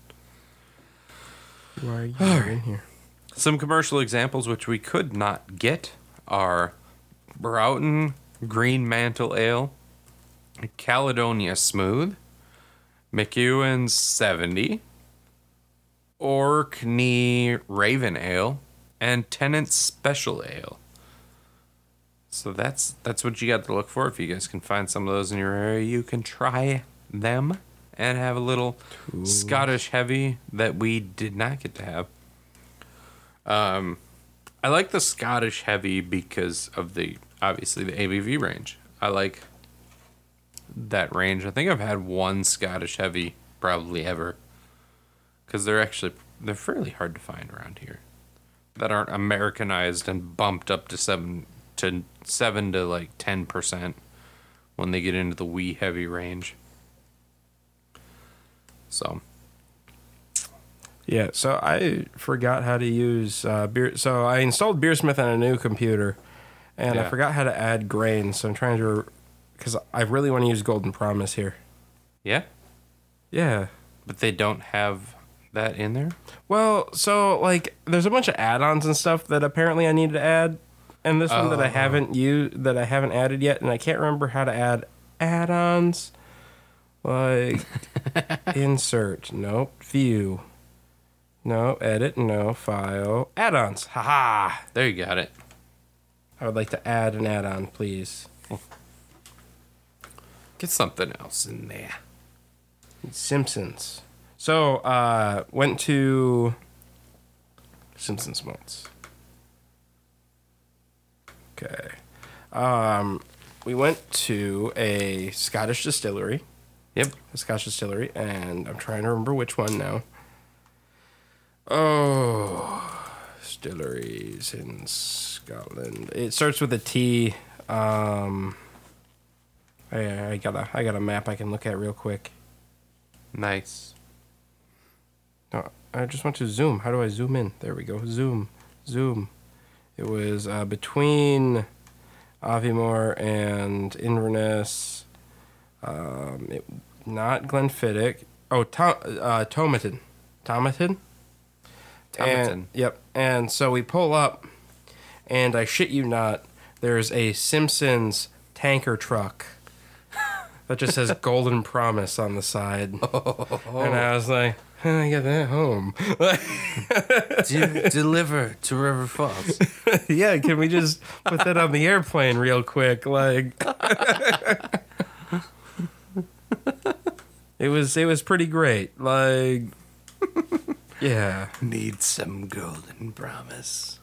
Speaker 2: Why are you in here?
Speaker 3: Some commercial examples which we could not get are Broughton Green Mantle Ale, Caledonia Smooth, McEwen's 70, Orkney Raven Ale, and Tennant's Special Ale. So that's that's what you got to look for. If you guys can find some of those in your area, you can try them and have a little Scottish heavy that we did not get to have. I like the Scottish heavy because of the obviously the ABV range. I like that range. I think I've had one Scottish heavy probably ever, because they're actually they're fairly hard to find around here, that aren't Americanized and bumped up to seven to seven to like ten percent when they get into the wee heavy range. So
Speaker 2: Yeah, so I forgot how to use uh, beer. So I installed Beersmith on a new computer, and I
Speaker 3: Yeah.
Speaker 2: forgot how to add grain. So I'm trying to, because I really want to use Golden Promise here.
Speaker 3: yeah,
Speaker 2: Yeah.
Speaker 3: but they don't have that in there.
Speaker 2: Well, so like, there's a bunch of add-ons and stuff that apparently I need to add, and this one that I haven't used that I haven't added yet, and I can't remember how to add add-ons. Like, insert. Nope. View. No. Edit. No. File. Add-ons. Haha.
Speaker 3: There you got it.
Speaker 2: I would like to add an add-on, please.
Speaker 3: Get something else in there.
Speaker 2: Simpsons. So, uh, went to Simpsons once. Okay. Um, we went to a Scottish distillery,
Speaker 3: Yep.
Speaker 2: a Scottish distillery, and I'm trying to remember which one now. Oh, distilleries in Scotland. It starts with a T. Um, I, I got a I got a map I can look at real quick.
Speaker 3: Nice.
Speaker 2: No, I just want to zoom. How do I zoom in? There we go. Zoom, zoom. It was uh, between Aviemore and Inverness. Um, it, not Glenfiddich. Oh, Tom, uh, Tomatin. Tomatin.
Speaker 3: Tomatin.
Speaker 2: And, yep. And so we pull up, and I shit you not, there's a Simpsons tanker truck that just says "Golden Promise" on the side, and I was like, "How did I get that home?"
Speaker 3: De- deliver to River Falls.
Speaker 2: yeah, can we just put that on the airplane real quick? Like, it was it was pretty great. Like, yeah,
Speaker 3: Need some golden promise.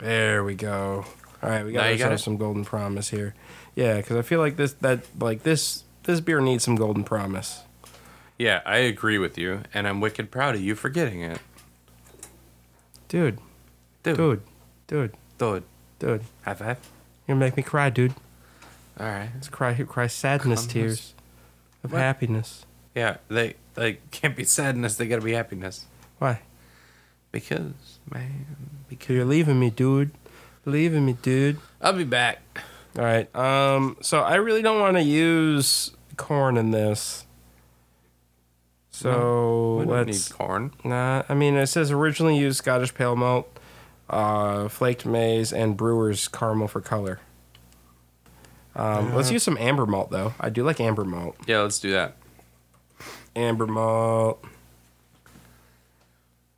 Speaker 2: there we go. All right, we got
Speaker 3: Now you got
Speaker 2: ourselves
Speaker 3: it.
Speaker 2: some golden promise here. Yeah, because I feel like this that like this this beer needs some golden promise.
Speaker 3: Yeah, I agree with you, and I'm wicked proud of you for getting it.
Speaker 2: Dude,
Speaker 3: Dude, dude,
Speaker 2: dude, dude,
Speaker 3: dude.
Speaker 2: dude,
Speaker 3: high five.
Speaker 2: you're gonna make me cry, dude.
Speaker 3: All right.
Speaker 2: Let's cry, cry sadness
Speaker 3: Promise.
Speaker 2: tears of
Speaker 3: What?
Speaker 2: happiness.
Speaker 3: Yeah, they they can't be sadness. They gotta be happiness.
Speaker 2: Why?
Speaker 3: Because man,
Speaker 2: you
Speaker 3: because
Speaker 2: you're leaving me, dude. Leaving me, dude.
Speaker 3: I'll be back.
Speaker 2: All right. Um. So I really don't want to use corn in this. So
Speaker 3: We don't need
Speaker 2: let's.
Speaker 3: corn.
Speaker 2: Nah. I mean, it says originally used Scottish pale malt, uh, flaked maize, and brewer's caramel for color. Um,
Speaker 3: Uh-huh.
Speaker 2: let's use some amber malt though. I do like amber malt.
Speaker 3: Yeah, let's do that.
Speaker 2: Amber malt.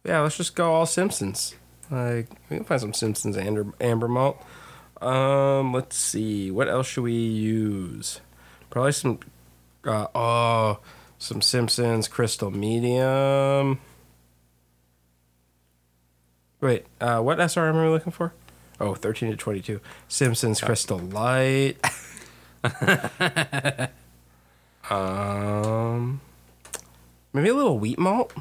Speaker 2: Yeah, let's just go all Simpsons. Like we can find some Simpsons amber amber malt. Um, let's see. What else should we use? Probably some. Uh, oh, some Simpsons crystal medium. Wait, uh, what SRM are we looking for? Oh, 13 to 22. Simpsons crystal light. um, maybe a little wheat malt.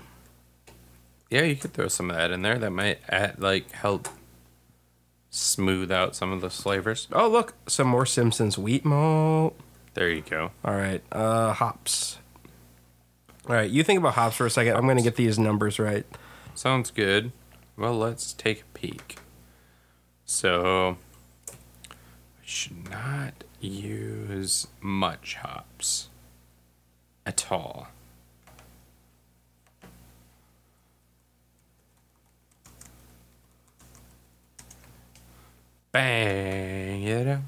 Speaker 3: Yeah, you could throw some of that in there. That might add, like help smooth out some of those flavors.
Speaker 2: Oh, look, some more Simpsons wheat malt.
Speaker 3: There you go.
Speaker 2: All right, uh, hops. All right, you think about hops for a second. I'm going to get these numbers right.
Speaker 3: Sounds good. Well, let's take a peek. So, I should not use much hops at all. Bang it up,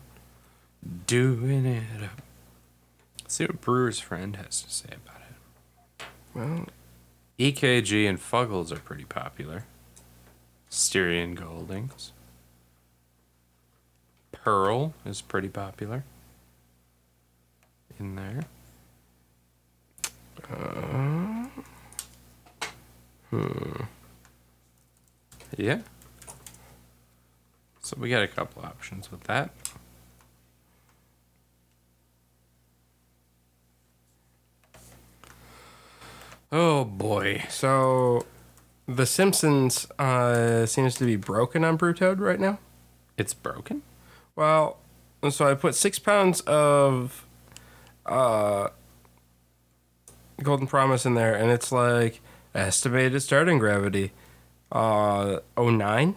Speaker 3: doing it up. Let's see what Brewer's Friend has to say about it.
Speaker 2: Well,
Speaker 3: EKG E and Fuggles are pretty popular. Styrian Goldings. Pearl is pretty popular. In there. Uh, hmm. Yeah. So we got a couple options with that. Oh boy.
Speaker 2: So, The Simpsons uh, seems to be broken on Brewtoad right now.
Speaker 3: It's broken?
Speaker 2: Well, so I put six pounds of uh, Golden Promise in there, and it's like estimated starting gravity uh, 09.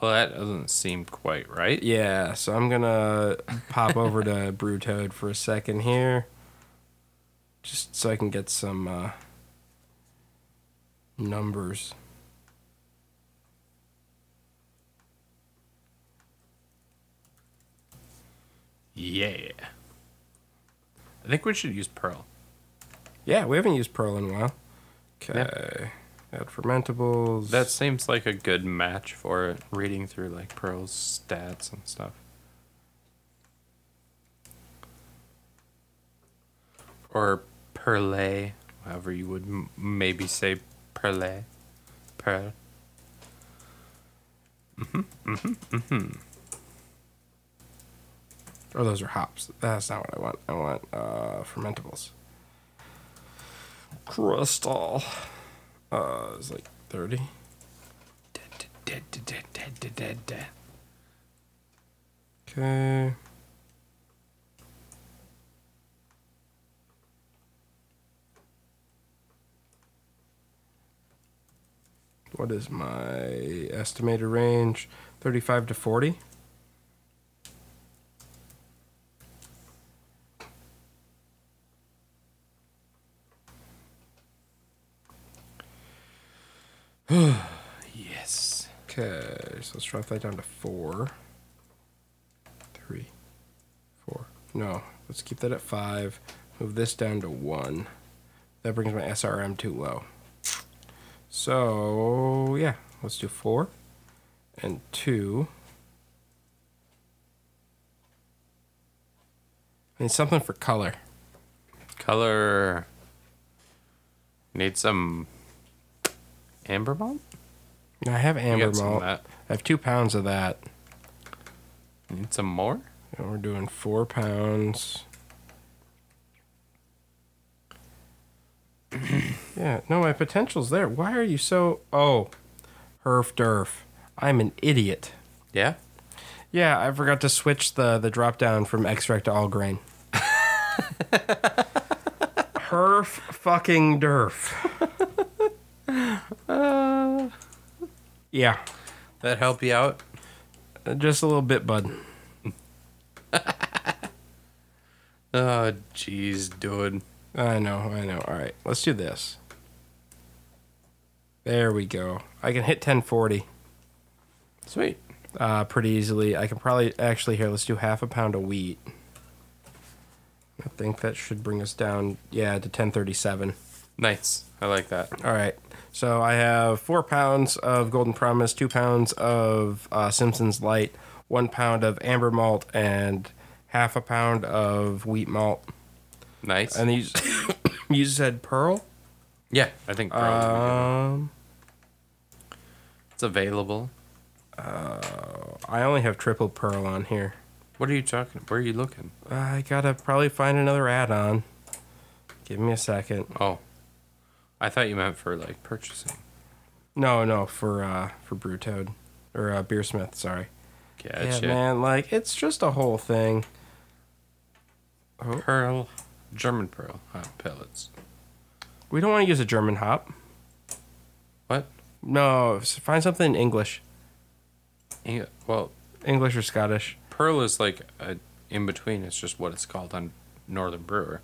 Speaker 3: Well, that doesn't seem quite right.
Speaker 2: Yeah, so I'm gonna pop over to Brewtoad for a second here, just so I can get some uh, numbers.
Speaker 3: Yeah. I think we should use Pearl.
Speaker 2: Yeah, we haven't used Pearl in a while. Okay, add fermentables.
Speaker 3: That seems like a good match for it, reading through like Pearl's stats and stuff. Or Perle, however you would m- maybe say Perle. Pearl.
Speaker 2: Oh, those are hops. That's not what I want. I want uh, fermentables. Crystal. Uh, it's like 30. Okay. What is my estimated range? 35 to 40?
Speaker 3: Yes.
Speaker 2: Okay, so let's drop that down to four. Three. Four. No, let's keep that at five. Move this down to one. That brings my SRM too low. So, yeah, let's do four and two. I need something for color.
Speaker 3: Color. Need some amber malt?
Speaker 2: I have
Speaker 3: You
Speaker 2: amber
Speaker 3: got some of
Speaker 2: malt. I
Speaker 3: that.
Speaker 2: have two pounds of that.
Speaker 3: Need some more?
Speaker 2: And we're doing four pounds. yeah, no, my potential's there. Why are you so. Oh, herf derf. I'm an idiot.
Speaker 3: Yeah.
Speaker 2: Yeah, I forgot to switch the, the drop down from extract to all grain. herf fucking derf. yeah,
Speaker 3: That help you out?
Speaker 2: just a little bit, bud.
Speaker 3: Oh, jeez, dude.
Speaker 2: I know, I know. All right, let's do this. There we go. I can hit 1040
Speaker 3: Sweet.
Speaker 2: uh, pretty easily. I can probably actually here. Let's do half a pound of wheat. I think that should bring us down, yeah, to 1037.
Speaker 3: Nice. I like that.
Speaker 2: All right. So I have four pounds of Golden Promise, two pounds of uh, Simpson's Light, one pound of Amber Malt, and half a pound of wheat malt.
Speaker 3: Nice.
Speaker 2: And these, you said pearl?
Speaker 3: yeah, I think Pearl would be good.
Speaker 2: Um.
Speaker 3: it's available.
Speaker 2: I only have triple pearl on here.
Speaker 3: What are you talking? Where are you looking?
Speaker 2: I gotta probably find another add-on. Give me a second.
Speaker 3: Oh, I thought you meant for like purchasing.
Speaker 2: No, no, for uh for Brewtoad or uh, Beersmith. Sorry.
Speaker 3: Gotcha.
Speaker 2: Yeah, man, like it's just a whole thing.
Speaker 3: Pearl, German pearl hot pellets.
Speaker 2: We don't want to use a German hop.
Speaker 3: What?
Speaker 2: No, s- find something English,
Speaker 3: Eng- Well,
Speaker 2: English or Scottish.
Speaker 3: pearl is like a in between. It's just what it's called on Northern Brewer.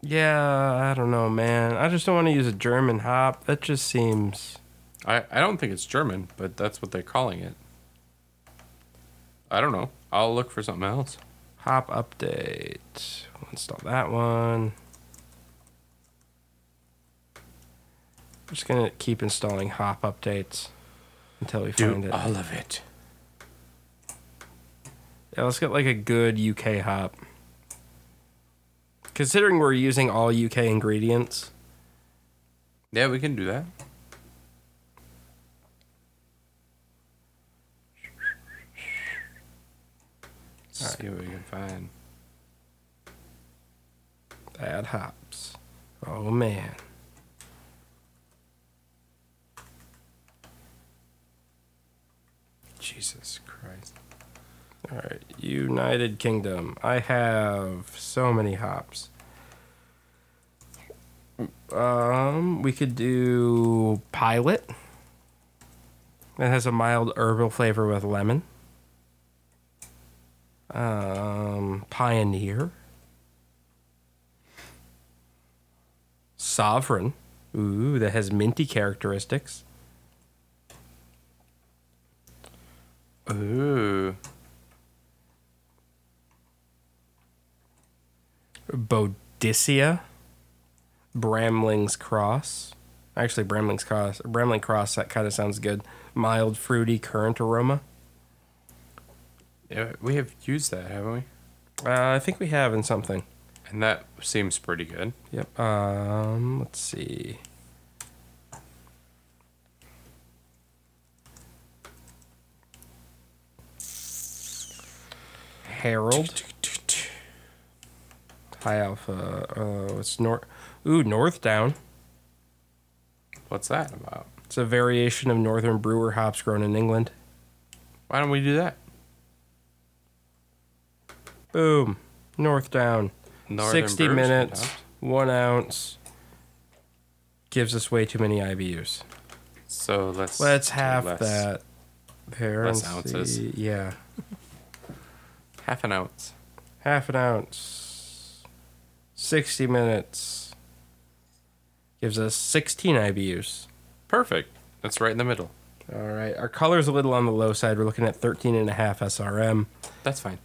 Speaker 2: Yeah, I don't know, man. I just don't want to use a German hop. That just seems.
Speaker 3: I I don't think it's German, but that's what they're calling it. I don't know. I'll look for something else.
Speaker 2: Hop update. We'll install that one. I'm just gonna keep installing hop updates until we find it.
Speaker 3: all of it.
Speaker 2: Yeah, let's get like a good UK hop. Considering we're using all UK ingredients,
Speaker 3: Yeah, we can do that. See what we can find.
Speaker 2: add hops. Oh man.
Speaker 3: Jesus Christ.
Speaker 2: All right, United Kingdom. I have so many hops. Um, we could do Pilot. That has a mild herbal flavor with lemon. Um, Pioneer. Sovereign. Ooh, that has minty characteristics.
Speaker 3: Ooh.
Speaker 2: Bodicea, Bramling's Cross. Actually, Bramling's Cross, Bramling Cross, that kind of sounds good. Mild, fruity, currant aroma.
Speaker 3: Yeah, we have used that, haven't we?
Speaker 2: Uh, I think we have in something.
Speaker 3: And that seems pretty good.
Speaker 2: Yep. Um, let's see. Harold. High alpha. Oh, it's north. Ooh, north down.
Speaker 3: What's that about?
Speaker 2: It's a variation of northern brewer hops grown in England.
Speaker 3: Why don't we do that?
Speaker 2: Boom. North down.
Speaker 3: Northern
Speaker 2: 60
Speaker 3: Brewers
Speaker 2: minutes,
Speaker 3: Hops.
Speaker 2: one ounce. Gives us way too many IBUs.
Speaker 3: So let's
Speaker 2: Let's
Speaker 3: do
Speaker 2: half
Speaker 3: less.
Speaker 2: that. There and
Speaker 3: less ounces.
Speaker 2: see- Yeah.
Speaker 3: Half an ounce.
Speaker 2: Half an ounce. 60 minutes. Gives us 16 IBUs.
Speaker 3: Perfect. That's right in the middle.
Speaker 2: All right. Our color's a little on the low side. We're looking at 13 and a half SRM.
Speaker 3: That's fine.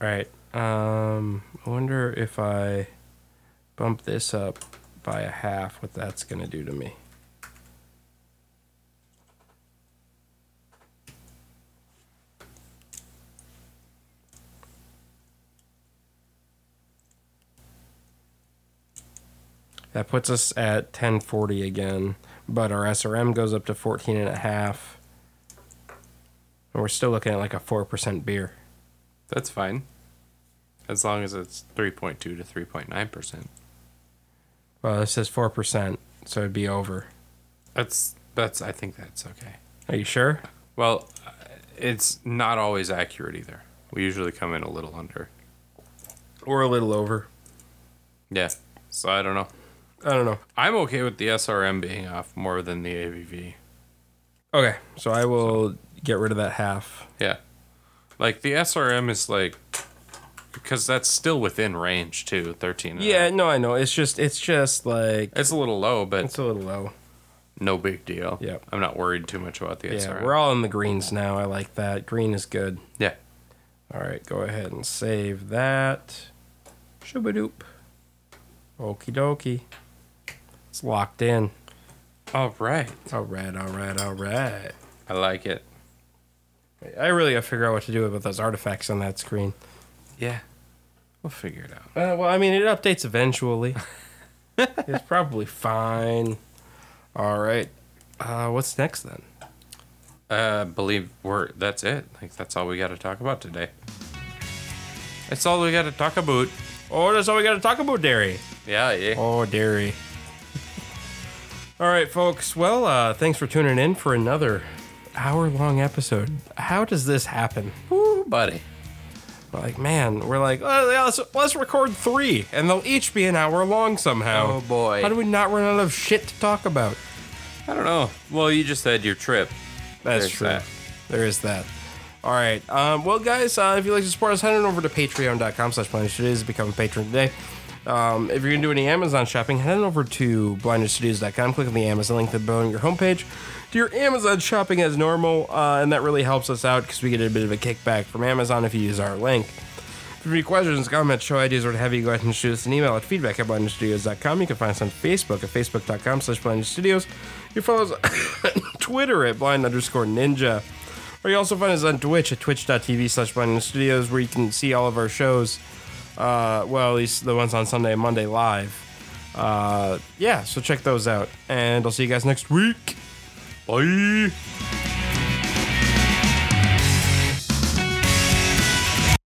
Speaker 2: All right. Um, I wonder if I bump this up by a half, what that's going to do to me. That puts us at 1040 again, but our SRM goes up to 14 and a half. And we're still looking at like a 4% beer.
Speaker 3: That's fine. As long as it's 3.2 to 3.9%.
Speaker 2: Well, it says four percent, so it'd be over.
Speaker 3: That's that's I think that's okay.
Speaker 2: Are you sure?
Speaker 3: Well, uh, it's not always accurate either. We usually come in a little under.
Speaker 2: Or a little over?
Speaker 3: Yeah. So I don't know.
Speaker 2: I don't know.
Speaker 3: I'm okay with the SRM being off more than the ABV.
Speaker 2: Okay, so I will get rid of that half.
Speaker 3: Yeah. Like the SRM is like because that's still within range too, 13. and a
Speaker 2: Yeah,
Speaker 3: half.
Speaker 2: no, I know. It's just, it's just like
Speaker 3: It's a little low, but
Speaker 2: it's a little low.
Speaker 3: no big deal.
Speaker 2: Yep.
Speaker 3: I'm not worried too much about the
Speaker 2: Yeah,
Speaker 3: SRM.
Speaker 2: we're all in the greens now. I like that. Green is good.
Speaker 3: yeah.
Speaker 2: All right, go ahead and save that. Shoobadoop. Okie dokie. It's locked in.
Speaker 3: All right.
Speaker 2: All right, all right, all right.
Speaker 3: I like it.
Speaker 2: I really gotta figure out what to do about those artifacts on that screen.
Speaker 3: Yeah. We'll figure it out.
Speaker 2: Uh, well, I mean, it updates eventually. it's probably fine. All right. Uh, what's next then?
Speaker 3: Uh believe we're that's it. Like that's all we got to talk about today. That's all we got to talk about.
Speaker 2: Oh, that's all we got to talk about, dairy.
Speaker 3: Yeah, yeah.
Speaker 2: Oh, dairy. all right, folks. Well, uh, thanks for tuning in for another hour-long episode. How does this happen?
Speaker 3: Woo, buddy.
Speaker 2: We're like, man, we're like, oh, yeah, let's, let's record three, and they'll each be an hour long somehow.
Speaker 3: Oh, boy.
Speaker 2: How do we not run out of shit to talk about?
Speaker 3: I don't know. Well, you just had your trip.
Speaker 2: That's
Speaker 3: There's
Speaker 2: true.
Speaker 3: that.
Speaker 2: There is that. All right. Um, well, guys, uh, if you'd like to support us, head on over to patreon.com slash blindstudios. Become a patron today. Um, if you're going to do any Amazon shopping, head on over to blindstudios.com. Click on the Amazon link below on your homepage. Do your Amazon shopping as normal, uh, and that really helps us out because we get a bit of a kickback from Amazon if you use our link. If you have any questions, comments, show ideas, or to have you, go ahead and shoot us an email at feedback at blindstudios.com. You can find us on Facebook at facebook.com slash blindstudios. You follow us on Twitter at blind underscore ninja. Or you also find us on Twitch at twitch.tv slash blindstudios where you can see all of our shows. Uh, well, at least the ones on Sunday and Monday live. Uh, yeah, so check those out. And I'll see you guys next week.
Speaker 3: Bye.